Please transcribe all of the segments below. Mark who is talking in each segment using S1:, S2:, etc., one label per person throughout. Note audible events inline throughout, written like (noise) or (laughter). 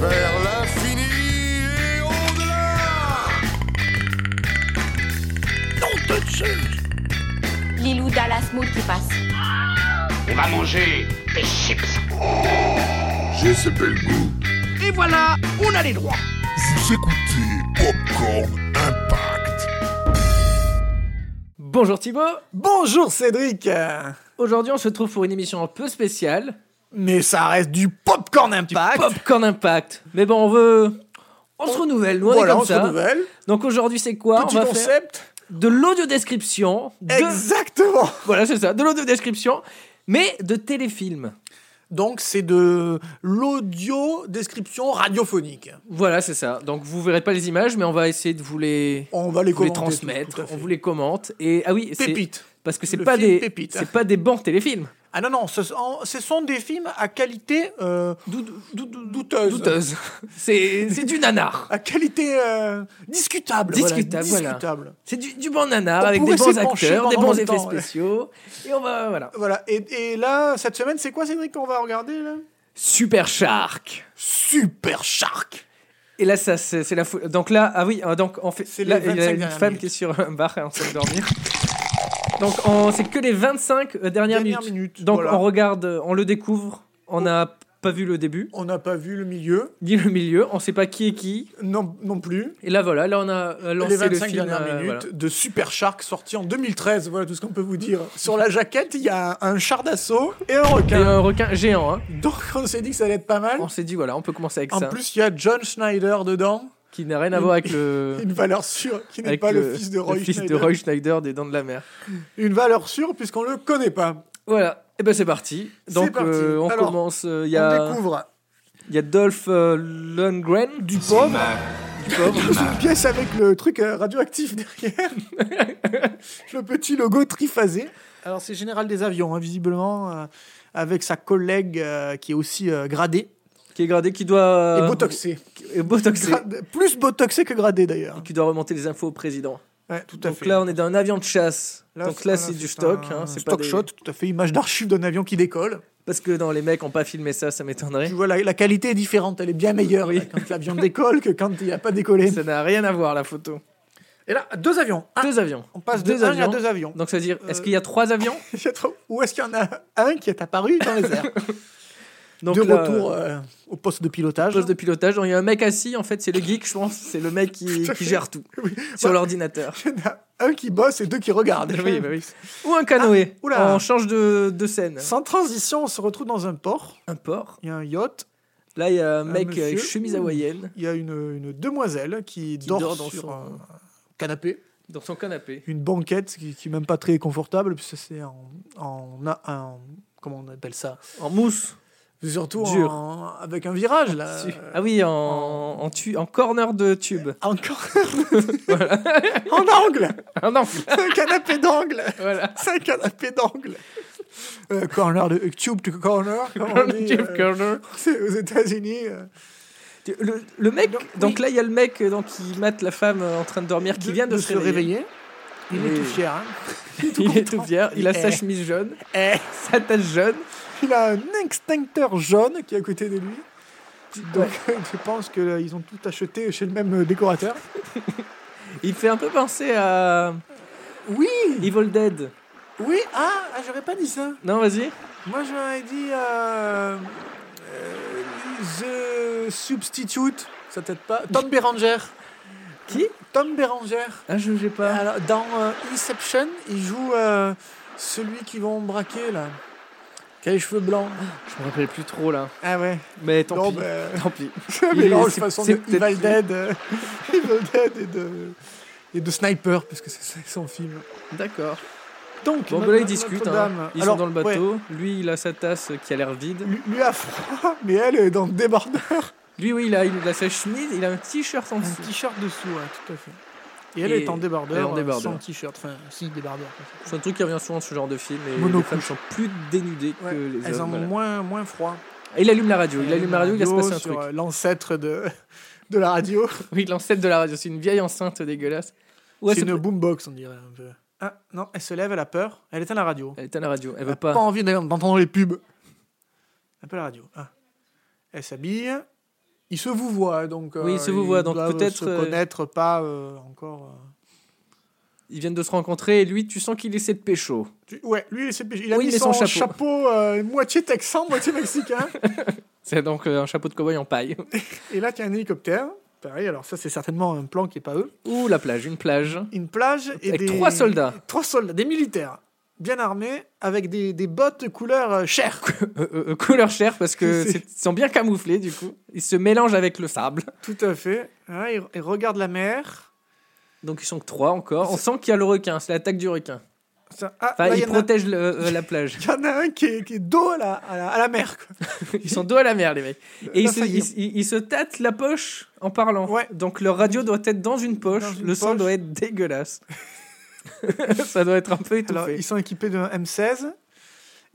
S1: Vers l'infini et au-delà
S2: Lilou Dallas Mood qui passe.
S3: On va manger des chips.
S1: J'ai ce bel goût.
S3: Et voilà, on a les droits.
S1: Vous écoutez Popcorn Impact.
S4: Bonjour Thibaut
S5: Bonjour Cédric euh,
S4: Aujourd'hui on se retrouve pour une émission un peu spéciale,
S5: Mais ça reste du popcorn impact
S4: Popcorn Impact. Mais bon on veut... On se renouvelle, nous on
S5: Voilà,
S4: est
S5: on
S4: comme
S5: se
S4: ça.
S5: renouvelle.
S4: Donc aujourd'hui c'est quoi
S5: Petit
S4: On va faire
S5: concept.
S4: de l'audio description. De...
S5: Exactement.
S4: Voilà c'est ça, de l'audio description, mais de téléfilm.
S5: Donc c'est de l'audio description radiophonique.
S4: Voilà c'est ça. Donc vous verrez pas les images mais on va essayer de vous les...
S5: On va les
S4: vous les
S5: commenter,
S4: transmettre,
S5: tout- tout à fait.
S4: on vous les commente et ah oui, c'est-
S5: Pépite.
S4: parce que c'est
S5: Le
S4: pas
S5: film
S4: des
S5: pépite.
S4: c'est pas des bons
S5: (laughs)
S4: téléfilms.
S5: Ah non non, ce sont, ce sont des films à qualité euh, dou- dou- douteuse.
S4: Douteuse. C'est c'est du nanar.
S5: À qualité euh, discutable. voilà,
S4: Discutable, voilà.
S5: discutable.
S4: C'est du, du bon nanar
S5: On
S4: avec des
S5: pourrait
S4: bons
S5: s'y pencher
S4: acteurs, des
S5: pendant
S4: bons
S5: le
S4: effets
S5: temps, ouais.
S4: spéciaux. Et on va, voilà.
S5: Voilà. Et, et là, cette semaine, c'est quoi Cédric qu'on va regarder là
S4: Super Shark.
S5: Super Shark.
S4: Et là, ça, c'est c'est la fou- Donc là, ah oui, euh, donc on fait.
S5: C'est
S4: là,
S5: les
S4: il y a
S5: 25
S4: une
S5: dernières
S4: femme
S5: minutes.
S4: qui est sur un bar et en train de dormir. Donc on, c'est que les 25 dernières,
S5: Dernière
S4: minutes.
S5: minute,
S4: Donc
S5: voilà.
S4: on regarde, euh, on le découvre. On n'a pas vu le début,
S5: On n'a pas vu le milieu
S4: ni le milieu. On sait pas qui est qui.
S5: non, non plus.
S4: Et là, voilà, là on a euh, lancé
S5: les 25
S4: le film.
S5: dernières
S4: euh,
S5: minutes
S4: voilà.
S5: de Super Shark sorti en 2013, voilà tout ce qu'on peut vous dire. Sur la jaquette, il y a un char d'assaut et un
S4: Et
S5: requin.
S4: un requin géant. hein.
S5: Donc on s'est dit que ça allait être pas mal.
S4: On s'est dit voilà, on peut commencer avec
S5: En
S4: ça,
S5: plus, il y a John Schneider dedans,
S4: qui n'a rien à voir avec le.
S5: (laughs) une valeur sûre, qui n'est
S4: Euh, avec
S5: pas le, fils de Roy
S4: le fils
S5: Schneider.
S4: de Roy Schneider des Dents de la Mer.
S5: Une valeur sûre puisqu'on le connaît pas.
S4: Voilà, et ben c'est parti.
S5: C'est
S4: Donc
S5: parti.
S4: euh, on
S5: Alors,
S4: commence. euh, Il y,
S5: On
S4: a-
S5: découvre
S4: il y a Dolph euh, Lundgren,
S5: du pauvre,
S4: du pauvre.
S5: (laughs) une pièce avec le truc euh, radioactif derrière,
S4: (laughs)
S5: le petit logo triphasé. Alors c'est Général des avions, hein, visiblement, euh, avec sa collègue euh, qui est aussi euh, gradée
S4: qui est gradé, qui doit. euh,
S5: et botoxée.
S4: et botoxé.
S5: Grade- plus botoxé que gradé d'ailleurs.
S4: Qui doit remonter les infos au président.
S5: Ouais, tout à
S4: Donc
S5: fait.
S4: là, on est dans un avion de chasse. Donc là, c'est du stock.
S5: un
S4: hein, c'est pas
S5: stock
S4: des-
S5: shot, tout à fait. Image d'archive d'un avion qui décolle.
S4: Parce que dans les mecs ont pas filmé ça, ça m'étonnerait.
S5: Tu vois, la, la qualité est différente. Elle est bien meilleure
S4: Oui.
S5: là, quand l'avion décolle que quand il n'a pas décollé.
S4: Ça n'a rien à voir la photo.
S5: Et là, deux avions. Un-
S4: Deux avions.
S5: Ah, on passe de
S4: Deux
S5: un
S4: avions.
S5: à deux avions. (laughs)
S4: Donc ça veut dire, est-ce
S5: Euh,
S4: qu'il y a trois avions
S5: Il y a trop- Ou est-ce qu'il y en a un qui est apparu dans les airs
S4: (laughs) Donc
S5: De
S4: là,
S5: retour euh, au poste de pilotage.
S4: poste de pilotage. Donc il y a un mec assis, en fait, c'est le geek, je pense. C'est le mec qui, qui gère tout
S5: Oui.
S4: sur
S5: Bah,
S4: l'ordinateur.
S5: Il y en a un qui bosse et deux qui regardent.
S4: Oui, bah oui. Ou un canoë.
S5: Ah, oula.
S4: on change de, de scène.
S5: Sans transition, on se retrouve dans un port.
S4: Un port.
S5: Il y a un yacht.
S4: Là, il y a un mec
S5: monsieur.
S4: avec chemise hawaïenne
S5: Il y a une, une demoiselle qui, dort,
S4: dort dans
S5: sur
S4: son-
S5: un canapé.
S4: dans son canapé.
S5: une banquette qui, qui est même pas très confortable, puisque c'est en, en, a- en- Comment on appelle ça
S4: En mousse.
S5: Surtout
S4: Dur.
S5: en- avec un virage, là. Euh,
S4: Tu- ah oui, en, en, tu- en corner de tube.
S5: Encore. (laughs) en angle
S4: (laughs) Ah non,
S5: C'est un canapé d'angle
S4: voilà.
S5: C'est un canapé d'angle Euh, Corner de. Tube to corner, comme on dit,
S4: Tube
S5: euh,
S4: corner.
S5: (laughs) c'est aux États-Unis. euh,
S4: Tu- Le, le mec,
S5: Donc,
S4: donc, là, il y a le mec euh, donc, qui mate la femme euh, en train de dormir, qui vient de,
S5: se réveiller. Il
S4: Oui.
S5: est tout fier. hein.
S4: (laughs) Il est tout fier, il a sa
S5: Eh.
S4: chemise jaune, (laughs)
S5: Eh,
S4: sa tache jaune.
S5: il a un extincteur jaune qui est à côté de lui. Donc, (laughs) je pense qu'ils ont tout acheté chez le même euh, décorateur.
S4: Il fait un peu penser à
S5: Oui,
S4: Evil Dead.
S5: oui, ah, ah, j'aurais pas dit ça.
S4: Non, vas-y.
S5: Moi, j'aurais dit euh, euh, The Substitute, ça t'aide pas. Tom Berenger.
S4: Qui
S5: Tom Berenger.
S4: Ah, je sais pas.
S5: Alors, dans euh, Inception, il joue euh, celui qui vont braquer, là. Qui a les cheveux blancs.
S4: Je me rappelle plus trop là.
S5: Ah ouais.
S4: Mais tant
S5: non,
S4: pis.
S5: ben,
S4: (laughs) Tant pis.
S5: je (laughs)
S4: Il est-
S5: mélange
S4: c'est-
S5: façon
S4: c'est
S5: de Evil
S4: peut-être-
S5: Dead, euh, (laughs) Evil Dead et de, et de Sniper, parce que c'est ça son film.
S4: D'accord.
S5: Donc,
S4: Bon,
S5: Notre-
S4: ben là, ils discutent. hein.
S5: Notre-Dame.
S4: Ils
S5: Alors,
S4: sont dans le
S5: ouais,
S4: bateau. Lui, il a sa tasse euh, qui a l'air vide.
S5: lui, lui a froid, (laughs) mais elle est dans le débardeur.
S4: Lui, oui, il a, il a sa chemise, il a un t-shirt en dessous.
S5: Un t-shirt dessous, ouais, tout à fait. Et elle
S4: Et
S5: est en débardeur,
S4: elle est en
S5: euh,
S4: débardeur.
S5: sans t-shirt, enfin, si, débardeur.
S4: C'est un truc qui revient souvent dans ce genre de film. Et les
S5: Monocouche.
S4: femmes sont plus dénudées que
S5: Ouais,
S4: les hommes.
S5: elles en ont
S4: voilà.
S5: moins, moins froid.
S4: Et il allume la radio. Il allume la radio, il va se passer un
S5: sur,
S4: truc.
S5: euh, L'ancêtre de, (laughs) de la radio.
S4: Oui, l'ancêtre de la radio. C'est une vieille enceinte dégueulasse. Ouais,
S5: c'est
S4: c'est
S5: une boombox, on dirait un peu. Ah, non, elle se lève, elle a peur, elle éteint la radio. Ah.
S4: Elle éteint la radio. Elle
S5: Elle
S4: veut
S5: n'a
S4: pas.
S5: pas envie d'entendre les pubs. Un peu la radio. Ah. Elle s'habille. Il se vous voit, donc.
S4: Oui, il se vous voit,
S5: ils
S4: donc
S5: doivent
S4: peut-être,
S5: Se
S4: euh,
S5: connaître pas euh, encore. euh.
S4: Ils viennent de se rencontrer et lui, tu sens qu'il essaie de pécho.
S5: Tu- Ouais, lui, il, est CPJ. il a
S4: Oui,
S5: mis
S4: mais
S5: son,
S4: son
S5: chapeau, euh, moitié texan, moitié
S4: (laughs)
S5: mexicain.
S4: C'est donc euh, un chapeau de cow-boy en paille.
S5: et là, tu as un hélicoptère. Pareil, alors ça, c'est certainement un plan qui n'est pas eux.
S4: Ou la plage, une plage.
S5: Une plage et
S4: Avec
S5: des...
S4: trois soldats.
S5: Trois soldats, des militaires, bien armés, avec des, des bottes couleur euh, chair.
S4: Euh, euh, euh, couleur chair parce que
S5: (laughs) C'est-
S4: c'est- ils sont bien camouflés du coup. Ils se mélangent avec le sable.
S5: Tout à fait. Ouais, ils, ils regardent la mer.
S4: Donc ils sont que trois encore. On sent qu'il y a le requin, c'est l'attaque du requin.
S5: Ça- ah,
S4: Enfin,
S5: là, il y
S4: ils
S5: en a-
S4: protègent le- euh, la
S5: (laughs)
S4: plage.
S5: il y en a un qui est, qui est dos à la, à la, à la mer. quoi.
S4: Ils sont dos à la mer les mecs. Et
S5: Là,
S4: ils
S5: ça
S4: se,
S5: y est.
S4: ils- ils- ils se tâtent la poche en parlant.
S5: Ouais.
S4: Donc leur radio doit être dans une poche,
S5: Dans une
S4: le son
S5: poche.
S4: doit être dégueulasse. (laughs) Ça doit être un peu étouffé.
S5: Alors, ils sont équipés d'un M16.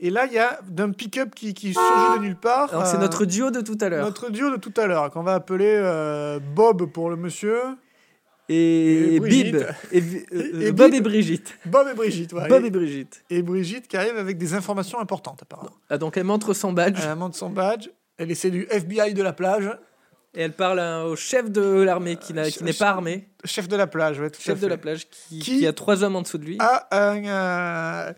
S5: Et là, il y a d'un pick-up qui, qui surgit de nulle part.
S4: Alors, c'est
S5: euh,
S4: notre duo de tout à l'heure.
S5: Notre duo de tout à l'heure, qu'on va appeler euh, Bob pour le monsieur,
S4: Et,
S5: et Brigitte.
S4: Bib. Et, Vi- euh,
S5: Et
S4: Bob et
S5: Bib.
S4: Brigitte.
S5: Bob et Brigitte. ouais.
S4: Bob
S5: Et-
S4: et Brigitte.
S5: et, Brigitte qui arrive avec des informations importantes, apparemment.
S4: Ah, donc elle montre son badge
S5: Elle monte son badge, elle essaie du FBI de la plage,
S4: et elle parle à- au chef de l'armée qui n'a- qui n'est pas armé.
S5: chef de la plage, ouais, Euh, tout à
S4: chef de
S5: fait.
S4: la plage qui,
S5: Qui- Ah.
S4: qui a trois hommes en dessous de lui.
S5: A un, euh,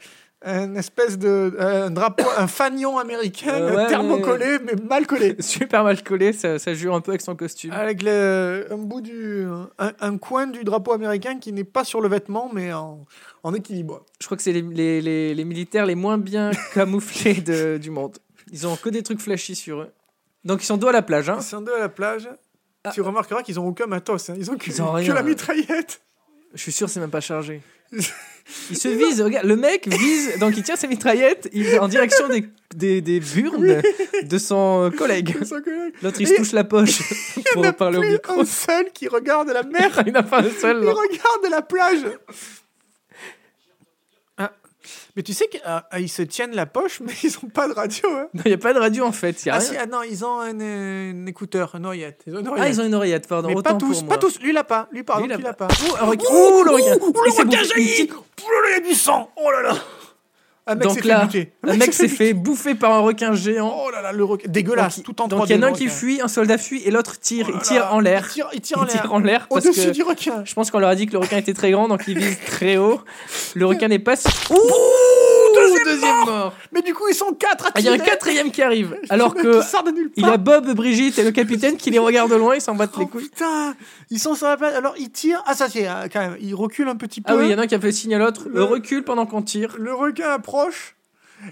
S5: un espèce de un drapeau, un fanion américain (laughs)
S4: Euh, ouais,
S5: thermocollé, mais mal collé.
S4: (laughs) Super mal collé, ça, ça joue un peu avec son costume.
S5: Avec le, un bout du. Un, un coin du drapeau américain qui n'est pas sur le vêtement, mais en, en équilibre.
S4: Je crois que c'est les, les- les- les militaires les moins
S5: (laughs)
S4: bien camouflés de- du monde. Ils ont que des trucs flashy sur eux. Donc ils sont dos à la plage. Hein.
S5: Ils sont deux à la plage.
S4: Ah.
S5: Tu remarqueras qu'ils n'ont aucun matos. hein. Ils ont que,
S4: Ils ont
S5: que
S4: rien.
S5: la (laughs) mitraillette.
S4: Je suis sûr c'est même pas
S5: (laughs)
S4: chargé. Il se vise, regarde, le mec vise, donc il tient sa mitraillette il, est en direction des, des, des burnes de son collègue.
S5: Ils sont que-
S4: L'autre il
S5: Et-
S4: se touche la poche
S5: Il
S4: pour
S5: n'y en a
S4: parler au
S5: plus
S4: micro.
S5: un seul qui regarde la mer. (laughs)
S4: (laughs) Il n'a pas un seul.
S5: Il
S4: là.
S5: regarde la plage. Ah. Mais tu sais qu'ils se tiennent la poche, (laughs) mais ils n'ont pas de radio. hein.
S4: Non, Il n'y a pas de radio en fait. il y a
S5: Ah,
S4: rien.
S5: si, ah non, ils ont un, euh, un écouteur, une oreillette. Ils ont une
S4: Ah,
S5: oreillette.
S4: ils ont une oreillette, pardon.
S5: Mais
S4: autant
S5: pas
S4: pour
S5: tous,
S4: moi.
S5: pas tous. Lui, il l'a pas. Lui, pardon,
S4: Lui, il
S5: il
S4: l'a
S5: l'a pas.
S4: Oh, un requin. Oh, le requin.
S5: Ouh,
S4: Il
S5: le
S4: s'est bouffé
S5: requin
S4: une
S5: jaillit.
S4: petite-
S5: Ouh là là, il y a du sang. Oh là là. Un mec s'est
S4: Donc
S5: fait
S4: là,
S5: buter.
S4: un mec s'est fait bouffer par un requin géant.
S5: Oh là là, le requin. Dégueulasse,
S4: Donc,
S5: tout en 3D.
S4: Donc il y en a un
S5: le
S4: qui
S5: requin.
S4: fuit, un soldat fuit et l'autre tire,
S5: Oh là
S4: il tire
S5: là,
S4: en l'air.
S5: Il tire, il tire en
S4: Il tire
S5: l'air.
S4: en l'air parce
S5: Au-dessus
S4: que
S5: du requin.
S4: je pense qu'on leur a dit que le requin était très grand donc il
S5: (laughs)
S4: vise très haut. Le requin n'est pas. Ouh,
S5: deuxième mort.
S4: mort.
S5: Mais du coup, ils sont quatre à
S4: Ah, Il y a un
S5: tirer.
S4: quatrième qui arrive alors
S5: Qui
S4: que
S5: sort de nulle
S4: il
S5: part.
S4: a Bob, Brigitte et le capitaine qui les regardent de loin, ils s'en battent
S5: Oh
S4: les couilles.
S5: putain, ils sont sur la plage. Alors ils tirent. Ah ça c'est euh, quand même. Ils reculent un petit peu.
S4: Ah oui, il y en a un qui a fait le signe à l'autre,
S5: Le-
S4: le recul pendant qu'on tire.
S5: Le requin approche.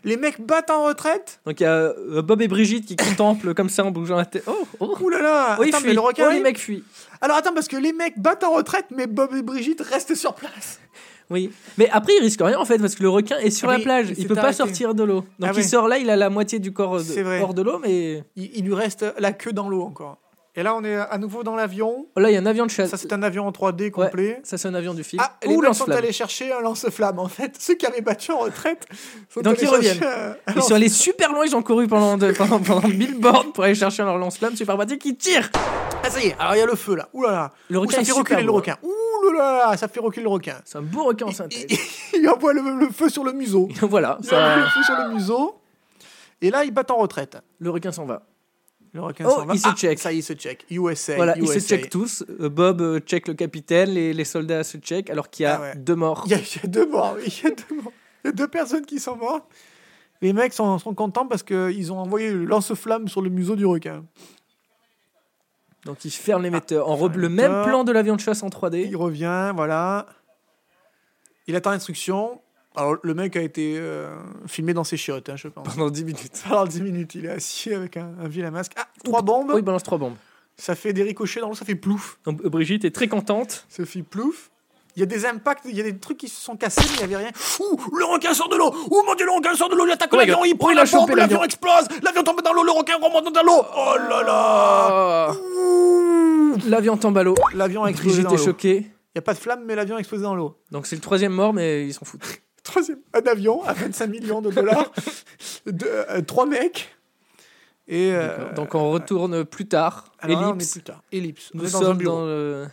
S5: Les mecs battent en retraite.
S4: Donc il y a euh, Bob et Brigitte qui contemplent comme ça en bougeant la tête. Oh, oh.
S5: Ouh là là.
S4: Oh, il
S5: Ah, attends,
S4: fuit.
S5: mais le requin.
S4: Oh, les
S5: arrive.
S4: mecs fuient.
S5: Alors attends parce que les mecs battent en retraite, mais Bob et Brigitte restent sur place.
S4: Oui, mais après il risque rien en fait parce que le requin est sur
S5: Ah
S4: la
S5: oui,
S4: plage,
S5: il
S4: il
S5: s'est
S4: peut pas
S5: arrêté.
S4: sortir de l'eau. Donc
S5: Ah
S4: il
S5: ouais.
S4: sort là, il a la moitié du corps euh,
S5: C'est
S4: de,
S5: vrai.
S4: hors de l'eau, mais
S5: Il, il lui reste la queue dans l'eau encore. Et là on est à nouveau dans l'avion.
S4: oh, là il y a un avion de chasse.
S5: Ça c'est un avion en 3D complet.
S4: Ça c'est un avion du film.
S5: Ah, les
S4: Ou
S5: mecs sont
S4: lance-flamme.
S5: allés chercher un lance-flamme en fait. Ceux qui avaient battu en retraite sont
S4: Donc,
S5: allés
S4: ils reviennent.
S5: chercher un- un
S4: Ils sont
S5: lance-
S4: allés super loin, ils ont couru pendant, de- pendant, pendant 1000 bornes pour aller chercher leur lance-flamme super pratique qui tire.
S5: Ah ça y est, alors il y a le feu là. Ouh là là.
S4: Le
S5: Ouh,
S4: requin
S5: ça
S4: est
S5: fait
S4: super
S5: reculer le
S4: beau. hein.
S5: requin. Ouh là là, ça fait reculer le requin.
S4: C'est un beau requin en synthèse.
S5: il, (laughs) il envoie le, le feu sur le
S4: (laughs)
S5: museau.
S4: voilà,
S5: Il envoie
S4: ça-
S5: le feu sur le museau. Et là, il bat en retraite.
S4: le requin s'en va.
S5: Le requin
S4: Oh,
S5: s'en va.
S4: il se
S5: Ah,
S4: check.
S5: Ça, il se check. USA.
S4: Voilà, ils
S5: USA.
S4: se checkent tous. Euh, Bob euh, check le capitaine, les, les soldats se check alors qu'il y a
S5: Ah ouais.
S4: deux morts.
S5: Il y, a, il y a deux morts. oui, Il y a deux morts. Il y a deux personnes qui sont mortes. Les mecs sont, sont contents parce qu'ils ont envoyé le lance-flamme sur le museau du requin.
S4: Donc ils ferment
S5: Ah.
S4: l'émetteur. En re-
S5: ferment
S4: le
S5: l'émetteur.
S4: même plan de l'avion de chasse en
S5: Il
S4: 3D.
S5: revient, voilà. Il attend l'instruction. Alors, le mec a été euh, filmé dans ses chiottes, hein, je pense.
S4: Pendant 10 minutes.
S5: Alors, 10 minutes, il est assis avec un, un vilain masque. Ah, trois bombes.
S4: Oh, il balance trois bombes.
S5: Ça fait des ricochets dans l'eau, ça fait plouf.
S4: Donc, euh, Brigitte est très contente.
S5: Sophie Plouf. Il y a des impacts, il y a des trucs qui se sont cassés, mais il n'y avait rien. Ouh, le requin sort de l'eau Ouh, mon dieu, le requin sort de l'eau Il attaque
S4: Oh my
S5: l'avion,
S4: God.
S5: il prend
S4: Oh, il
S5: la
S4: a chopé
S5: bombe, l'avion
S4: l'avion.
S5: explose L'avion tombe dans l'eau, le requin remonte dans l'eau Oh là là Ouh.
S4: L'avion Oh. tombe à l'eau.
S5: L'avion a explosé
S4: Brigitte
S5: dans
S4: est
S5: l'eau.
S4: choquée.
S5: Il n'y a pas de flamme, mais l'avion a explosé dans l'eau.
S4: Donc c'est le troisième mort, mais ils s'en foutent.
S5: Troisième, un avion à 25 millions
S4: (laughs)
S5: de dollars, de, euh, trois mecs, et... euh,
S4: D'accord. Donc on retourne plus tard.
S5: alors là, on est
S4: Ellipse.
S5: plus tard. Ellipse. On
S4: Nous
S5: est dans un
S4: sommes
S5: bureau.
S4: dans le.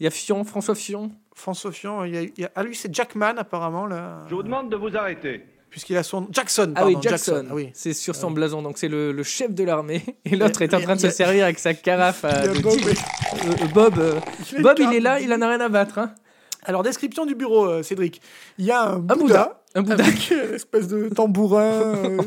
S4: Il y a Fion, François Fion.
S5: François Fion, il y a, il y a- ah, lui, c'est Jackman, apparemment, là.
S6: Je vous demande de vous arrêter.
S5: puisqu'il a son Jackson.
S4: Ah oui,
S5: pardon,
S4: Jackson.
S5: Ah oui.
S4: C'est sur
S5: Ah
S4: son
S5: oui.
S4: blason. Donc c'est le, le chef de l'armée. Et l'autre est en
S5: il-
S4: train de se
S5: il-
S4: servir avec sa carafe. à-
S5: Il y a
S4: de
S5: Bob,
S4: tigre.
S5: oui.
S4: Euh, euh, Bob, euh,
S5: a une
S4: Bob, il
S5: carafe
S4: est là,
S5: de
S4: il en a rien à battre. hein.
S5: Alors, description du bureau, euh, Cédric. Il y a un,
S4: Un Bouddha.
S5: Bouddha,
S4: Un Bouddha.
S5: avec euh, une espèce
S4: (laughs)
S5: de tambourin, euh,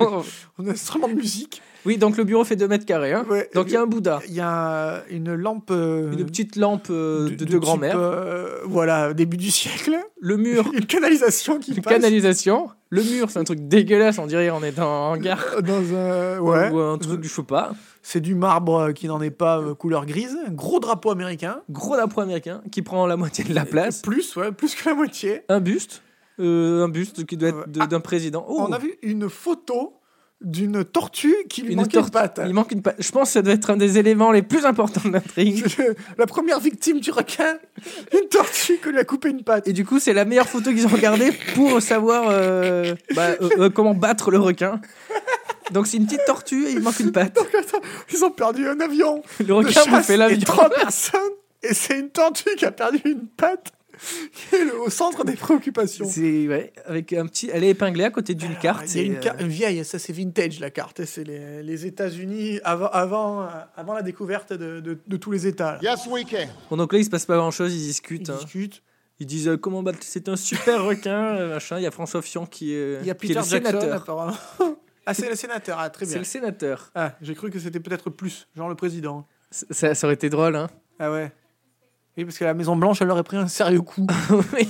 S5: un instrument de musique.
S4: oui, donc le bureau fait 2 mètres carrés. hein.
S5: Ouais.
S4: Donc il y a un Bouddha.
S5: Il y a une lampe... euh,
S4: Une petite lampe euh, de, de,
S5: type,
S4: grand-mère.
S5: euh, voilà, début du siècle.
S4: Le mur,
S5: Une canalisation (laughs) qui
S4: une
S5: passe
S4: canalisation. Le mur, c'est un truc dégueulasse. On dirait on est dans un hangar.
S5: dans un... (laughs) Ouais.
S4: Ou un truc, je sais pas.
S5: C'est du marbre qui n'en est pas euh, couleur grise. Un gros drapeau américain.
S4: Gros drapeau américain qui prend la moitié de la place.
S5: Plus, ouais, plus que la moitié.
S4: Un buste. euh, un buste qui doit être de-
S5: Ah.
S4: d'un président. Oh,
S5: On a vu une photo d'une tortue qui lui
S4: Une
S5: manquait une
S4: tortue.
S5: patte.
S4: Il manque une patte. Je pense que ça doit être un des éléments les plus importants de
S5: (laughs)
S4: l'intrigue.
S5: la première victime du requin, une tortue qui lui a coupé une patte.
S4: Et du coup, c'est la meilleure photo qu'ils ont regardée pour savoir euh, bah, euh, euh, comment battre le requin. Donc c'est une petite tortue et il manque une patte.
S5: Ils ont perdu un avion.
S4: Le
S5: de
S4: requin vous
S5: chasse
S4: fait
S5: et
S4: l'avion.
S5: trois personnes. Et c'est une tortue qui a perdu une patte qui est le- au centre des préoccupations.
S4: C'est ouais, avec un petit. Elle est épinglée à côté d'une carte.
S5: Ah, Il y a
S4: et,
S5: une,
S4: euh,
S5: carte vieille, ça c'est vintage la carte. C'est les, les États-Unis avant, avant, euh, avant la découverte de, de- de tous les États. là.
S1: Yes, we can.
S4: Bon, donc là, il se passe pas grand chose. Ils discutent.
S5: Ils
S4: hein.
S5: discutent.
S4: Ils disent euh, comment battre. C'est un super requin, euh, machin. Il y a François Fillon qui est.
S5: Il y a
S4: qui est
S5: Peter
S4: le
S5: Jackson
S4: sénateur.
S5: apparemment. (laughs) Ah, c'est le sénateur, ah, très
S4: C'est
S5: bien.
S4: le sénateur.
S5: Ah, j'ai cru que c'était peut-être plus, genre le président.
S4: C- Ça, ça aurait été drôle, hein.
S5: Ah ouais. Oui, parce que la Maison-Blanche, elle leur a pris un
S4: (laughs)
S5: sérieux coup.
S4: Oui.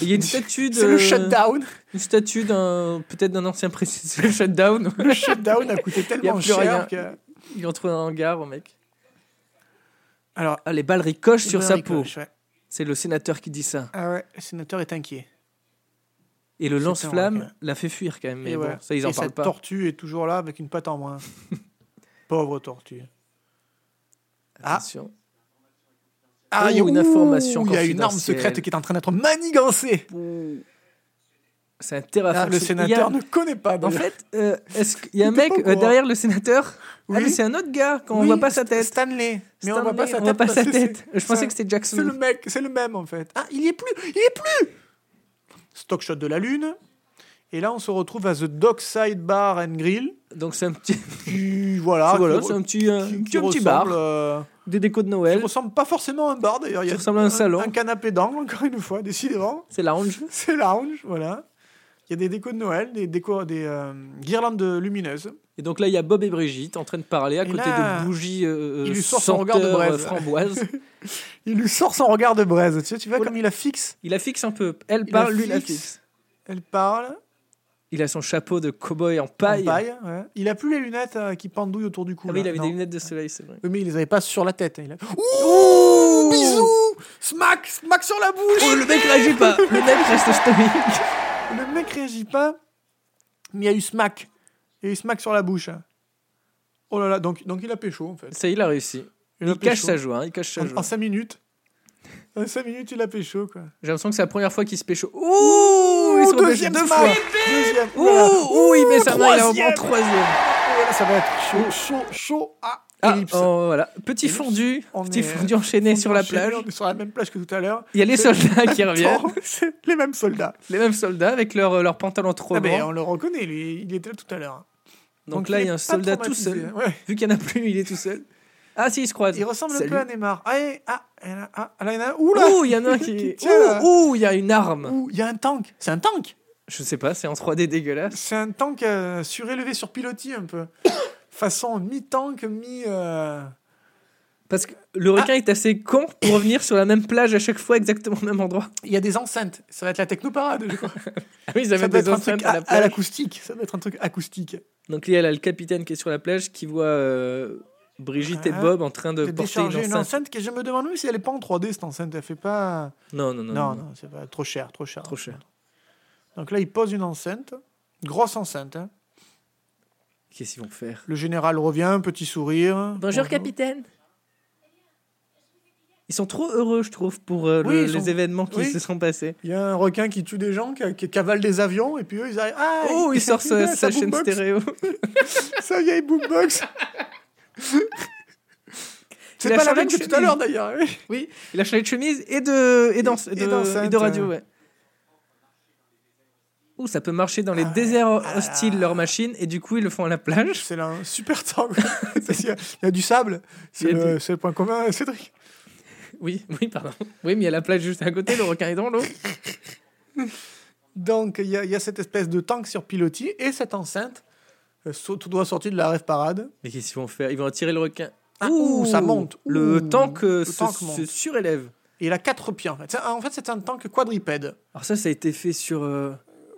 S4: Il
S5: (laughs)
S4: y a une statue de.
S5: C'est le shutdown.
S4: Une statue d'un peut-être d'un ancien président. (laughs) C'est le shutdown.
S5: Le shutdown a coûté tellement
S4: plus
S5: cher
S4: rien.
S5: que.
S4: (laughs) Il retrouve un hangar, au mec.
S5: Alors,
S4: Ah, les balles ricochent
S5: c'est
S4: sur
S5: bien
S4: sa peau.
S5: ricoche, ouais.
S4: C'est le sénateur qui dit ça.
S5: Ah ouais, le sénateur est inquiet.
S4: Et le
S5: un
S4: lance-flamme
S5: requin.
S4: l'a fait fuir quand même. Mais
S5: Et
S4: bon,
S5: ouais.
S4: ça, ils en
S5: Et
S4: parlent
S5: cette
S4: pas.
S5: tortue est toujours là avec une patte en
S4: (laughs)
S5: moins. Pauvre tortue. Ah.
S4: Attention.
S5: Ah,
S4: Oh,
S5: il y a
S4: une information
S5: ouh, Il y a une arme
S4: confidentielle.
S5: secrète qui est en train d'être manigancée.
S4: C'est un
S5: Ah,
S4: terraform.
S5: le
S4: Il y a-
S5: sénateur ne connaît pas.
S4: En
S5: d'ailleurs.
S4: fait, euh, est-ce qu'il y a un
S5: Il était
S4: mec
S5: pas au
S4: euh,
S5: courant.
S4: derrière le sénateur Ah,
S5: Oui.
S4: mais c'est un autre gars quand on
S5: Oui,
S4: voit pas sa tête.
S5: Stanley. Mais on voit pas sa
S4: Stanley, on voit
S5: tête.
S4: pas
S5: parce
S4: sa
S5: que c'est-
S4: tête. Je pensais que c'était Jackson.
S5: C'est le mec, c'est le même en fait. Ah, il y est plus, il y est plus. Stock shot de la lune. Et là, on se retrouve à The Dockside Bar and Grill.
S4: Donc c'est un petit,
S5: Qui, Ah, voilà,
S4: voilà,
S5: qui-
S4: c'est un petit, euh,
S5: qui-
S4: petit-
S5: qui
S4: un petit bar,
S5: ressemble, euh,
S4: des décos de
S5: qui
S4: Noël.
S5: ressemble pas forcément à un bar d'ailleurs. Il y a
S4: Qui ressemble à un salon.
S5: Un canapé d'angle, encore une fois, décidément.
S4: C'est lounge.
S5: C'est lounge, voilà. Il y a des décos de Noël, des, décos, des euh, guirlandes de lumineuses.
S4: Et donc là, il y a Bob et Brigitte en train de parler à
S5: Et
S4: côté
S5: là,
S4: de bougies euh,
S5: il lui sort son regard de
S4: senteurs, euh,
S5: braise. (laughs)
S4: framboise.
S5: Il lui sort son regard de braise. Tu, sais, tu vois comme il la fixe.
S4: Il la fixe un peu. Elle
S5: Il
S4: parle,
S5: la
S4: lui la
S5: fixe.
S4: fixe.
S5: Elle parle.
S4: Il a son chapeau de cow-boy en
S5: en
S4: paille.
S5: paille, ouais. Il a plus les lunettes euh, qui pendouillent autour du cou.
S4: Ah oui,
S5: là,
S4: il avait
S5: non.
S4: des lunettes de soleil, c'est vrai.
S5: Oui, mais il les avait pas sur la tête. hein, il a- Ouh Bisous Smack Smack sur la bouche
S4: Oh, le mec réagit pas. Le mec reste stoïque.
S5: Le mec réagit pas, mais il y a eu smack. Il y a eu smack sur la bouche. hein. Oh là là, donc, donc il a pécho en fait.
S4: Ça, il a réussi.
S5: Il
S4: Il,
S5: a
S4: cache
S5: pécho.
S4: sa joie. hein, Il cache sa
S5: En,
S4: joie.
S5: 5 minutes. En 5 minutes, il a pécho quoi.
S4: J'ai l'impression que c'est la première fois qu'il se pécho. Ouh, il se repêche
S5: deuxième
S4: deux
S5: smack.
S4: fois.
S5: Deuxième.
S4: Ouh, ouh, il met sa main. Il est en
S5: troisième.
S4: troisième.
S5: Oh là là, ça va être chaud, chaud, chaud. Ah,
S4: Ah,
S5: ellipse.
S4: oh, voilà. Petit
S5: Ellipse.
S4: fondu.
S5: On
S4: Petit
S5: est- euh,
S4: fondu enchaîné sur la plage.
S5: On est sur la même plage que tout à l'heure.
S4: Il y a les soldats
S5: (laughs)
S4: qui reviennent.
S5: C'est les mêmes soldats.
S4: Les mêmes soldats avec leurs leur pantalons trop
S5: Ah, mais
S4: grands.
S5: on le reconnaît, lui. Il était là tout à l'heure.
S4: Donc là, il y a un
S5: est pas
S4: soldat tout
S5: traumatisé,
S4: seul.
S5: hein. Ouais.
S4: Vu qu'il n'y en a plus, il est tout seul. Ah si, il se croise.
S5: Il ressemble un
S4: Salut.
S5: peu à Neymar. Ah, et- ah, et là, ah, là, il y en a. Ouh là
S4: Ouh, il y en a un
S5: (laughs)
S4: qui.
S5: tient, là.
S4: Ouh, ouh, il y a une arme.
S5: Ouh, il y a un tank. C'est un tank.
S4: Je sais pas, c'est en 3D dégueulasse.
S5: C'est un tank euh, surélevé sur pilotis un peu. (coughs) Façon mi-tank, mi. euh,
S4: Parce que le
S5: Ah.
S4: requin est assez con pour revenir sur la même plage à chaque fois, exactement au même endroit.
S5: Il y a des enceintes. Ça va être la technoparade,
S4: (laughs)
S5: je crois.
S4: Ah oui, ils
S5: Ça
S4: avaient
S5: doit
S4: des
S5: être un truc
S4: enceintes à la
S5: à à
S4: plage.
S5: l'acoustique. Ça doit être un truc acoustique.
S4: Donc il y a là, le capitaine qui est sur la plage qui voit euh, Brigitte et
S5: Ah.
S4: Bob en train de
S5: de
S4: porter une
S5: décharger une
S4: enceinte.
S5: enceinte que je me demande même si elle est pas en 3D cette enceinte. Elle fait pas.
S4: Non, non, non.
S5: Non,
S4: non,
S5: non, c'est pas trop cher, trop cher.
S4: Trop cher.
S5: Donc là, il pose une enceinte, grosse enceinte. hein.
S4: Qu'est-ce qu'ils vont faire
S5: Le général revient, petit sourire.
S4: Bonjour, capitaine. Ils sont trop heureux, je trouve, pour euh, le-
S5: Oui, ils
S4: les
S5: sont-
S4: événements qui
S5: oui.
S4: se sont passés.
S5: Il y a un requin qui tue des gens, qui, qui cavale des avions, et puis eux, ils arrivent. Ah,
S4: Oh, il sort sa, sa chaîne
S5: boombox,
S4: stéréo.
S5: (laughs) Sa
S4: (laughs)
S5: vieille boombox.
S4: Il
S5: C'est
S4: a
S5: pas la
S4: changé
S5: même
S4: de
S5: que tout à
S4: chemise.
S5: l'heure d'ailleurs. oui.
S4: Oui, (laughs) il a changé de chemise et de et d'en-
S5: Et
S4: de, et
S5: d'enceinte,
S4: de radio,
S5: euh.
S4: ouais. ouh, ça peut marcher dans les déserts hostiles, leur machine, et du coup, ils le font à la plage.
S5: C'est là un super (laughs) tango. il, y a, il y a du sable.
S4: Il
S5: C'est
S4: y a
S5: le, c'est le point commun, euh, Cédric.
S4: Oui, oui, pardon. Oui, mais il y a la plage juste à côté, le requin est dans l'eau.
S5: Donc, il y, a, il y a cette espèce de tank sur pilotis et cette enceinte, euh, sou- tout doit sortir de la rêve parade.
S4: Mais qu'est-ce qu'ils vont faire Ils vont attirer le requin.
S5: Ah, ouh, ça monte.
S4: Le
S5: Ouh,
S4: tank euh,
S5: le
S4: se,
S5: tank
S4: se
S5: monte.
S4: surélève.
S5: Et il a quatre pieds, en fait. C'est un- En fait, c'est un tank quadripède.
S4: Alors ça, ça a été fait sur... euh,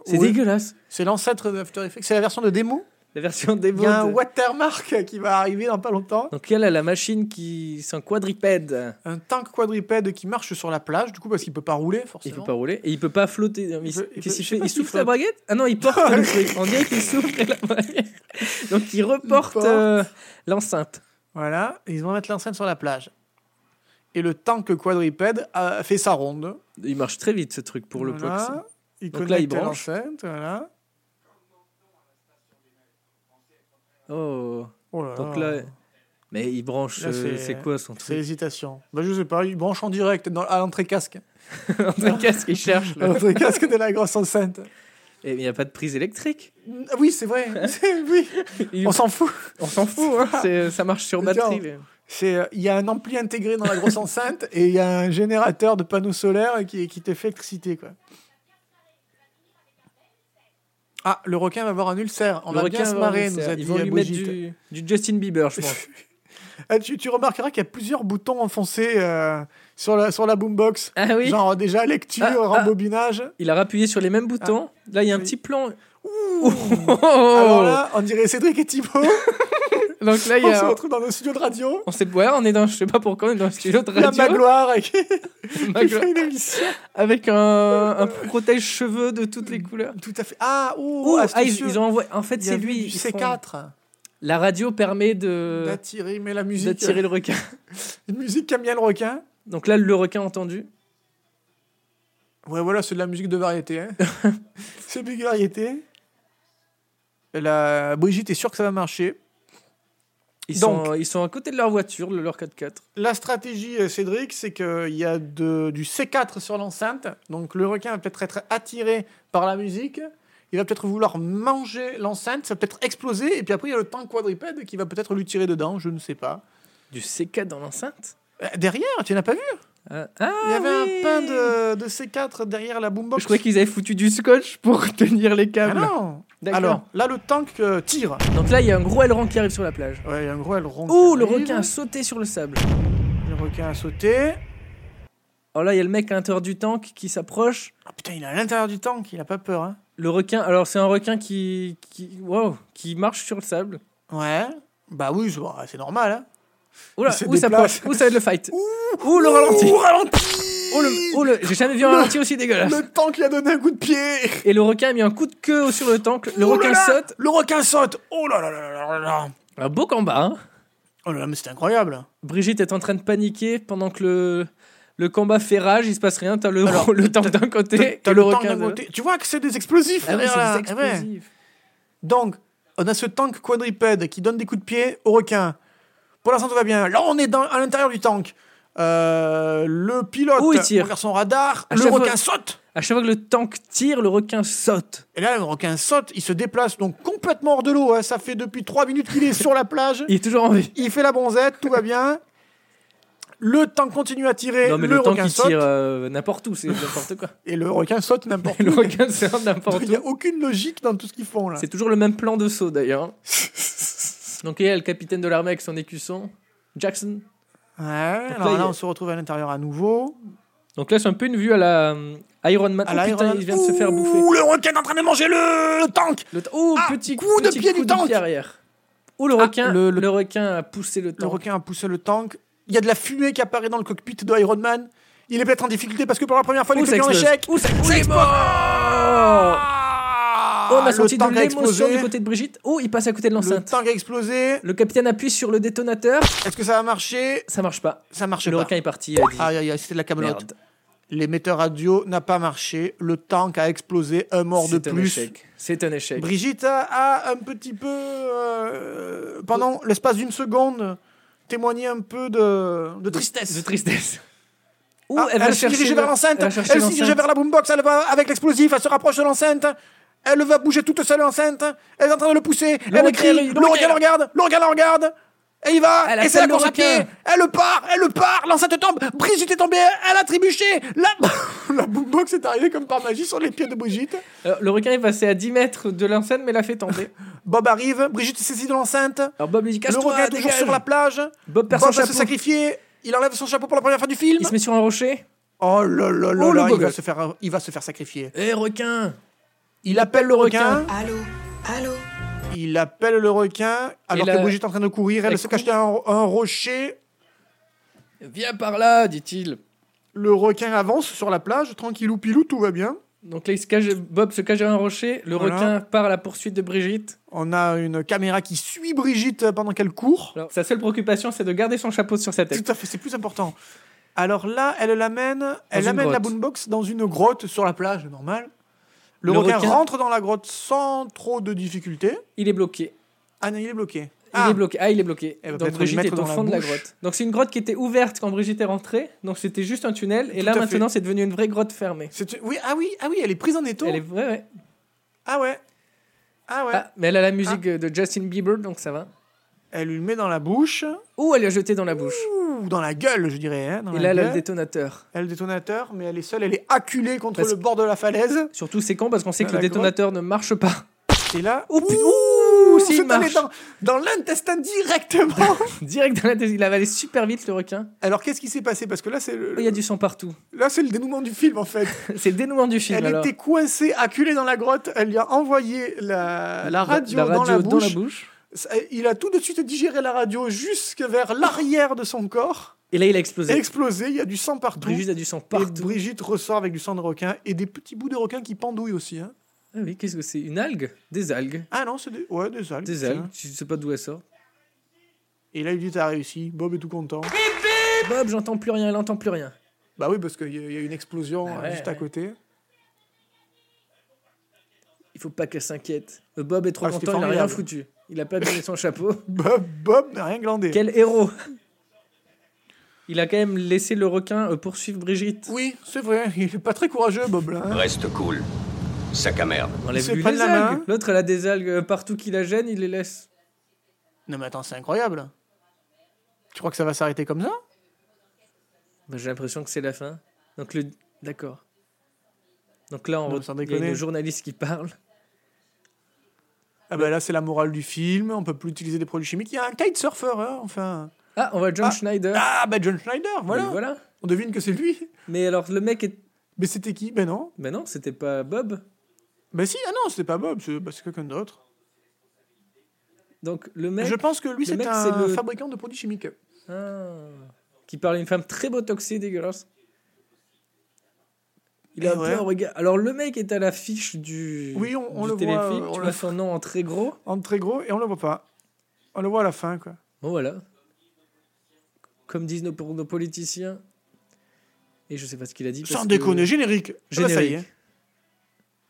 S4: C'est
S5: Ouais.
S4: dégueulasse.
S5: C'est l'ancêtre de After Effects. C'est la version de démo.
S4: La version des
S5: Il y a un watermark (laughs) qui va arriver dans pas longtemps.
S4: Donc elle a la machine qui... C'est un quadripède.
S5: Un tank quadripède qui marche sur la plage, du coup, parce qu'il peut pas rouler,
S4: Il
S5: forcément.
S4: peut pas rouler. Et il peut pas flotter. Mais
S5: peut- il
S4: Qu'est-ce
S5: peut-
S4: qu'il
S5: je sais
S4: fait
S5: pas
S4: Il
S5: s'il
S4: souffle la
S5: flotte.
S4: baguette Ah non, il
S5: (laughs)
S4: porte le truc. On dirait qu'il souffle la baguette. Donc il reporte
S5: porte.
S4: euh, l'enceinte.
S5: Voilà, et ils vont mettre l'enceinte sur la plage. Et le tank quadripède a fait sa ronde.
S4: Il marche très vite, ce truc, pour le poids que c'est.
S5: voilà. Il
S4: Donc là,
S5: connecte
S4: il
S5: à
S4: branche.
S5: l'enceinte, voilà.
S4: Oh.
S5: Oh là
S4: Donc
S5: là,
S4: là... Mais il branche...
S5: Là,
S4: euh,
S5: c'est-
S4: C'est quoi son
S5: c'est
S4: truc (laughs)
S5: l'hésitation. Bah, je sais pas, il branche en direct dans- à l'entrée casque.
S4: Qu'est-ce qu'il cherche (laughs)
S5: À
S4: là
S5: l'entrée casque de la grosse enceinte.
S4: Et il n'y a pas de prise électrique.
S5: Ah oui,
S4: (laughs)
S5: c'est vrai. C'est- oui,
S4: Il-
S5: on s'en fout.
S4: On s'en fout,
S5: (laughs)
S4: hein, (laughs) c'est- ça marche sur
S5: Mais
S4: batterie.
S5: tiens,
S4: mais-
S5: C'est, euh, il y a un ampli intégré dans la grosse enceinte et il y a un générateur de panneaux solaires qui, qui te fait électricité, quoi. Ah, le requin va avoir un ulcère. On
S4: Le
S5: va
S4: requin
S5: bien se
S4: va
S5: marrer,
S4: avoir
S5: nous
S4: un
S5: a
S4: ulcère.
S5: dit
S4: Ils vont lui mettre
S5: Abogite.
S4: du, du Justin Bieber, je pense.
S5: Ah, tu, tu remarqueras qu'il y a plusieurs boutons enfoncés euh, sur, la, sur la boombox.
S4: (laughs) ah oui
S5: Genre déjà lecture,
S4: Ah, ah.
S5: rembobinage.
S4: Il a rappuyé sur les mêmes boutons. Là, il y a un
S5: Oui.
S4: petit (laughs) plan. oh,
S5: Alors là, on dirait Cédric et Thibaut.
S4: Donc là, (laughs) il y
S5: on se
S4: a.
S5: retrouve dans nos studios de radio.
S4: On sait, ouais, on est dans, je sais pas pourquoi, on est dans le studio de
S5: La
S4: radio
S5: Magloire qui, qui
S4: Maglo-
S5: fait une émission.
S4: avec un, un protège cheveux de toutes les couleurs.
S5: Tout à fait. Ah, oh,
S4: Ouh, ah, ils,
S5: astucieux.
S4: ils ont envoyé. En fait,
S5: Il y a
S4: c'est
S5: du-
S4: lui.
S5: du
S4: ils font-
S5: C4.
S4: La radio permet de
S5: hein, D'attirer, mais la musique. euh,
S4: d'attirer le requin.
S5: Une musique qui aime bien le requin.
S4: Donc là, le requin entendu.
S5: Ouais, voilà, c'est de la musique de
S4: (laughs)
S5: variété. hein. c'est de la variété. La Brigitte est sûre que ça va marcher.
S4: Ils,
S5: Donc-
S4: sont, ils sont à côté de leur voiture, le- leur 4x4.
S5: La stratégie, euh, Cédric, c'est qu'il y a de- du C4 sur l'enceinte. Donc le requin va peut-être être attiré par la musique. Il va peut-être vouloir manger l'enceinte. Ça va peut-être exploser. Et puis après, il y a le tank quadripède qui va peut-être lui tirer dedans. Je ne sais pas.
S4: Du C4 dans l'enceinte
S5: Euh, derrière, tu n'as pas vu
S4: Ah,
S5: Il y avait
S4: oui.
S5: un pain de, de C4 derrière la boombox.
S4: Je croyais qu'ils avaient foutu du scotch pour (laughs) tenir les
S5: Ah
S4: câbles.
S5: non
S4: D'accord.
S5: Alors, là, le tank euh, tire.
S4: Donc là, il y a un gros aileron qui arrive sur la plage.
S5: Ouais, il y a un gros aileron.
S4: Ouh,
S5: qui
S4: le
S5: arrive.
S4: requin a sauté sur le sable.
S5: Le requin a sauté.
S4: Alors là, il y a le mec à l'intérieur du tank qui s'approche.
S5: Ah putain, il est à l'intérieur du tank, il a pas peur. Hein.
S4: Le requin, alors c'est un requin qui, qui, wow, qui marche sur le sable.
S5: Ouais. Bah oui, je- bah, c'est normal. Hein.
S4: Ouh là,
S5: Il se
S4: où ça,
S5: déplace.
S4: où ça va être le fight Ouh, le ralenti
S5: Ouh, ralenti
S4: Oh le, oh, le- j'ai jamais vu un ralenti aussi dégueulasse.
S5: Le tank lui a donné un coup de pied
S4: Et le requin a mis un coup de queue sur le tank. Le
S5: Oh là
S4: requin
S5: là
S4: saute.
S5: Le requin saute Oh là là là là là là
S4: Un beau combat. hein.
S5: Oh là là, mais c'est incroyable
S4: Brigitte est en train de paniquer pendant que le, le combat fait rage. Il se passe rien. T'as le, (laughs)
S5: Alors,
S4: le tank d'un côté,
S5: T'as
S4: et
S5: le,
S4: le
S5: tank
S4: requin
S5: d'un
S4: de l'autre.
S5: côté. Tu vois que c'est des explosifs
S4: Ah oui,
S5: derrière,
S4: c'est
S5: là.
S4: des
S5: Eh ouais.
S4: explosifs.
S5: Donc, on a ce tank quadripède qui donne des coups de pied au requin. Pour l'instant, tout va bien. Là, on est dans, à l'intérieur du tank. Euh, le pilote
S4: Où il tire
S5: regarde son radar.
S4: À
S5: le
S4: chaque fois-
S5: requin saute.
S4: À chaque fois que le tank tire, le requin saute.
S5: Et là, le requin saute. Il se déplace donc complètement hors de l'eau. hein. Ça fait depuis 3 minutes qu'il est sur la plage.
S4: (laughs) Il est toujours en vie.
S5: Il fait la bronzette. Tout va bien. Le tank continue à tirer.
S4: non, mais
S5: le,
S4: le, tank
S5: requin
S4: il
S5: saute.
S4: tire euh, n'importe où, c'est n'importe quoi.
S5: Et le requin saute (laughs)
S4: (laughs)
S5: n'importe
S4: le
S5: où.
S4: requin sert n'importe
S5: Il
S4: où.
S5: n'y a aucune logique dans tout ce qu'ils font là.
S4: C'est toujours le même plan de saut
S5: (laughs)
S4: d'ailleurs. Donc il y a le capitaine de l'armée avec son écusson, Jackson.
S5: Ouais,
S4: là,
S5: alors
S4: il y
S5: là,
S4: a-
S5: on se retrouve à l'intérieur à nouveau.
S4: Donc là, c'est un peu une vue à la euh, Iron Man.
S5: À
S4: oh
S5: la
S4: putain,
S5: Iron-
S4: il vient de se faire bouffer.
S5: Ouh, le requin est en train de manger le, le tank.
S4: Le t- oh,
S5: Ah,
S4: petit
S5: coup de
S4: petit
S5: pied
S4: coup
S5: du
S4: de
S5: tank. Ah,
S4: pied arrière. Oh, le requin,
S5: le-
S4: le,
S5: le-
S4: requin a poussé le
S5: Le
S4: tank.
S5: requin a poussé le tank. Il y a de la fumée qui apparaît dans le cockpit de Iron Man. Il est peut-être en difficulté parce que pour la première fois, il
S4: Ouh,
S5: est
S4: ça
S5: fait en
S4: explose.
S5: échec.
S4: Ouh, ça, oh, il est mort.
S5: Ah,
S4: Oh, on a
S5: le
S4: senti de
S5: tank a
S4: l'émotion
S5: explosé.
S4: du côté de Brigitte. Oh, il passe à côté de
S5: Le
S4: l'enceinte.
S5: tank a explosé.
S4: Le capitaine appuie sur le détonateur.
S5: Est-ce que ça va marcher
S4: Ça marche pas.
S5: Ça marche
S4: Le
S5: pas.
S4: requin est parti. Il a dit,
S5: Aïe, aïe, aïe, c'était de la camelote.
S4: merde.
S5: L'émetteur radio n'a pas marché. Le tank a explosé. Un mort de
S4: C'est un
S5: plus.
S4: échec. C'est un échec.
S5: Brigitte a, a un petit peu, euh, pendant l'espace d'une seconde, témoigné un peu de, de tristesse.
S4: De tristesse. Ou
S5: Ah, elle, se dirige vers l'enceinte, elle, se dirige vers la boombox, elle va avec l'explosif, elle se rapproche de l'enceinte. Elle va bouger toute seule enceinte. Elle est en train de le pousser.
S4: Le
S5: elle
S4: requin,
S5: crie.
S4: le
S5: Le requin
S4: requin.
S5: la regarde. Le requin la regarde. Et il va.
S4: Elle
S5: et c'est la
S4: appelle le
S5: course à
S4: requin.
S5: pied. Elle part. Elle part. L'enceinte tombe. Brigitte est tombée. Elle a trébuché. La, (laughs) la boombox est arrivée comme par magie sur les pieds de Brigitte.
S4: Alors, Euh, le requin est passé à 10 mètres de l'enceinte, mais l'a fait
S5: (laughs)
S4: tomber.
S5: Bob arrive. Brigitte est saisie de l'enceinte.
S4: Alors Bob lui dit
S5: Le
S4: Cache-toi,
S5: requin est toujours sur la plage.
S4: Bob
S5: Bob
S4: perd
S5: va
S4: son
S5: se
S4: chapeau.
S5: sacrifier. Il enlève son chapeau pour la première fois du film.
S4: Il se met sur un rocher.
S5: Oh là là là
S4: Oh, le
S5: là, il va,
S4: gogol.
S5: se faire, il va se faire sacrifier.
S4: Eh, requin
S5: Il appelle le
S4: requin.
S5: requin.
S2: Allô Allô
S5: Il appelle le requin alors
S4: la-
S5: que Brigitte est en train de courir. Elle
S4: elle
S5: se
S4: court.
S5: cache derrière un, un rocher.
S4: Viens par là, dit-il.
S5: Le requin avance sur la plage, tranquillou pilou, tout va bien.
S4: Donc là, il se cache, Bob se cache à un rocher. Le
S5: Voilà.
S4: requin part à la poursuite de Brigitte.
S5: On a une caméra qui suit Brigitte pendant qu'elle court.
S4: Alors, sa seule préoccupation, c'est de garder son chapeau sur sa tête.
S5: Tout à fait, c'est plus important. Alors là, elle l'amène, elle
S4: une
S5: amène la
S4: grotte.
S5: boombox dans une grotte sur la plage, normal. Le,
S4: Le
S5: requin,
S4: requin-
S5: rentre dans la grotte sans trop de difficultés.
S4: Il est bloqué.
S5: Ah non, il est bloqué.
S4: Il
S5: Ah,
S4: est bloqué. Ah, il est bloqué.
S5: Eh ben, peut-être
S4: Donc
S5: lui
S4: Brigitte
S5: mettre
S4: est
S5: dans
S4: au
S5: la
S4: fond de la
S5: bouche.
S4: grotte. Donc c'est une grotte qui était ouverte quand Brigitte est rentrée. Donc c'était juste un tunnel. Et
S5: Tout
S4: là
S5: à fait.
S4: maintenant, c'est devenu une vraie grotte fermée.
S5: c'est- oui, ah oui, ah oui, elle est prise en étau.
S4: Elle est ouais, ouais.
S5: Ah ouais. Ah ouais.
S4: Ah, mais elle a la musique euh, de Justin Bieber, donc ça va.
S5: Elle lui le met dans la bouche.
S4: Ou elle lui a jeté dans la bouche.
S5: Ouh, dans la gueule, je dirais. hein, dans
S4: Et
S5: la
S4: là, elle a
S5: gueule.
S4: le détonateur.
S5: Elle a le détonateur, mais elle est seule, elle est acculée contre
S4: Parce
S5: le
S4: que-
S5: bord de la falaise.
S4: Surtout, c'est con parce qu'on sait
S5: Dans
S4: que le
S5: la
S4: détonateur ne marche pas. (laughs)
S5: Et là,
S4: Oh, putain.
S5: ouh,
S4: Ouh, s'il
S5: c'est allé
S4: marche.
S5: dans, dans l'intestin
S4: (laughs)
S5: directement.
S4: Direct dans la tête. Il avalait super vite le requin.
S5: alors qu'est-ce qui s'est passé Parce que là, c'est le,
S4: Oh, Il y a du sang partout. (laughs)
S5: là, c'est le dénouement du film en fait.
S4: C'est le dénouement du film.
S5: elle
S4: alors.
S5: était coincée, acculée dans la grotte. Elle lui a envoyé Euh, la, la radio, dans, la bouche.
S4: bouche.
S5: Ça- Il a tout de suite digéré la radio jusque vers l'arrière de son corps,
S4: Et là, il a explosé.
S5: explosé. Il y a du sang partout.
S4: Brigitte a du sang
S5: Et
S4: partout.
S5: Brigitte ressort avec du sang de requin et des petits bouts de requin qui pendouillent aussi. hein.
S4: Ah oui, qu'est-ce que c'est Une algue Des algues.
S5: Ah non, c'est des... Ouais, des algues.
S4: Des
S5: tiens.
S4: algues. Je sais pas d'où elles sortent.
S5: Et là, il dit T'as réussi. Bob est tout content.
S4: Bob, j'entends plus rien. Elle entend plus rien.
S5: Bah oui, parce qu'il y a il y a une explosion
S4: Ah
S5: euh,
S4: ouais,
S5: juste à
S4: ouais.
S5: côté.
S4: Il faut pas qu'elle s'inquiète. Euh, Bob est trop
S5: Ah, c'était
S4: content. Il a rien
S5: formidable.
S4: foutu. Il a pas donné son chapeau.
S5: (laughs) Bob, Bob n'a rien glandé.
S4: Quel héros Il a quand même laissé le requin euh, poursuivre Brigitte.
S5: Oui, c'est vrai. Il est pas très courageux, Bob. Là, hein.
S6: Reste cool. Sac à merde.
S4: On
S5: se
S4: lève
S5: prennent
S4: les
S5: la main.
S4: algues. L'autre, elle a des algues euh, partout qui la gênent, il les laisse.
S5: Non, mais attends, c'est incroyable. Tu crois que ça va s'arrêter comme ça
S4: Bah, J'ai l'impression que c'est la fin. Donc le, d'accord. Donc là, on
S5: Non,
S4: re-
S5: sans
S4: il y a
S5: déconner.
S4: une journaliste qui parle.
S5: Ah bah là, c'est la morale du film. On peut plus utiliser des produits chimiques. Il y a un kitesurfer, hein, enfin.
S4: Ah, on voit John
S5: Ah.
S4: Schneider.
S5: Ah bah John Schneider,
S4: Bah,
S5: voilà.
S4: voilà.
S5: On devine que c'est lui.
S4: Mais alors le mec est.
S5: Mais c'était qui Ben non.
S4: Ben non, c'était pas Bob.
S5: Bah si, ah non, c'est pas Bob, c'est bah, c'est quelqu'un d'autre.
S4: Donc le mec
S5: Je pense que lui,
S4: le
S5: c'est
S4: mec,
S5: un
S4: c'est le-
S5: fabricant de produits chimiques.
S4: Ah. qui parle à une femme très botoxée, dégueulasse. Il
S5: Eh
S4: a un
S5: ouais.
S4: peu un regard. Alors le mec est à l'affiche du.
S5: Oui, on- on
S4: du
S5: le voit,
S4: téléfilm.
S5: euh, on
S4: tu
S5: le
S4: vois son nom en très gros.
S5: En très gros, et on le voit pas. On le voit à la fin, quoi.
S4: Bon voilà. Comme disent nos, pour nos politiciens. Et je sais pas ce qu'il a dit. parce
S5: Sans
S4: que-
S5: déconner, générique. Ah bah, ça y est.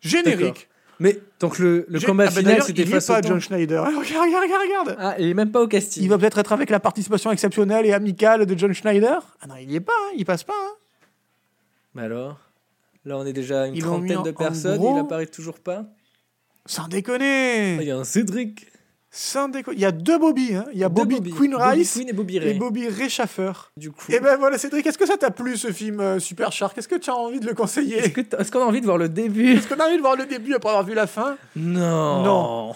S4: Générique.
S5: Générique.
S4: D'accord. Mais donc le, le
S5: Gé-
S4: combat
S5: Ah bah,
S4: final,
S5: d'ailleurs,
S4: c'était
S5: il y est
S4: face au
S5: pas
S4: temps.
S5: John Schneider. (laughs) Ah, regarde, regarde, regarde, regarde.
S4: Ah, il est même pas au casting.
S5: Il va peut-être être avec la participation exceptionnelle et amicale de John Schneider. Ah non, il y est pas, hein, il passe pas. hein.
S4: Mais alors Là, on est déjà une
S5: Ils l'ont mis
S4: trentaine
S5: en-
S4: de
S5: en
S4: personnes.
S5: gros.
S4: Il apparaît toujours pas.
S5: Sans
S4: Ah, Il
S5: déconner.
S4: y a un Cédric.
S5: Sans déconner. Il y a deux Bobby. hein. Il y a
S4: Deux
S5: Bobby, Queen
S4: Bobby
S5: Rice
S4: Queen et Bobby
S5: et
S4: Ray.
S5: Bobby Ray Schaffer.
S4: Du coup.
S5: Et ben voilà, Cédric, est-ce que ça t'a plu ce film euh, Super Shark Est-ce que tu as envie de le conseiller
S4: Est-ce que t- est-ce qu'on a envie de voir le début
S5: Est-ce qu'on a envie de voir le début après avoir vu la fin
S4: Non.
S5: Non.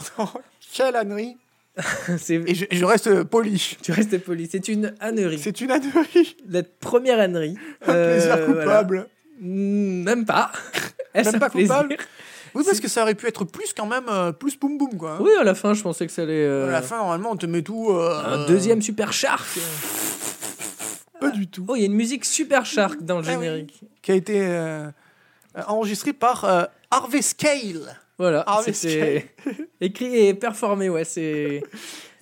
S5: Quelle ânerie
S4: (laughs) C'est-
S5: Et je, je reste poli.
S4: Tu restes poli. C'est une ânerie.
S5: C'est une ânerie. (laughs)
S4: La première ânerie.
S5: Un
S4: Euh,
S5: plaisir
S4: voilà.
S5: coupable.
S4: Mm, Même pas. (laughs) Elle
S5: Même
S4: s'en
S5: pas
S4: fait plaisir.
S5: coupable Oui, parce que ça aurait pu être plus quand même, euh, plus boum boum quoi. hein.
S4: (laughs) Oui, à la fin, je pensais que ça allait. euh,
S5: À la fin, normalement, on te met tout. euh,
S4: Un deuxième Super Shark.
S5: Pas du tout.
S4: Oh, il y a une musique Super Shark dans le
S5: Ah oui.
S4: générique.
S5: Qui a été euh, euh, enregistré par euh,
S4: (laughs)
S5: Harvey Scale.
S4: Voilà,
S5: Ah oui,
S4: c'était (laughs) écrit et performé, ouais,
S5: (laughs)
S4: c'est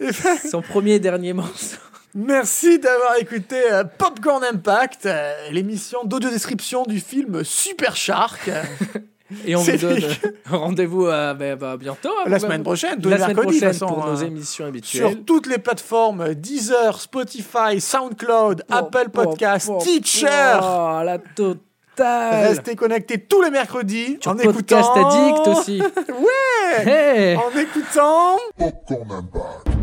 S5: Eh ben,
S4: son premier et dernier morceau.
S5: Merci d'avoir écouté euh, Popcorn Impact, euh, l'émission d'audio-description du film Super Shark. euh,
S4: Et on vous
S5: C'est
S4: donne
S5: lui.
S4: (laughs) rendez-vous à, bah, bah, bientôt. hein,
S5: la
S4: bah,
S5: semaine prochaine, tous les
S4: la semaine
S5: mercredis, de
S4: prochaine
S5: façon,
S4: pour nos
S5: hein.
S4: émissions habituelles.
S5: sur toutes les plateformes euh, Deezer, Spotify, SoundCloud,
S4: Pour-
S5: Apple
S4: pour-
S5: Podcast,
S4: pour-
S5: Teacher.
S4: pour- la totale. Total.
S5: Restez connectés tous les mercredis en
S4: podcast
S5: écoutant.
S4: addict aussi.
S5: (laughs) Ouais
S4: Hey.
S5: En écoutant.
S1: Popcorn Impact.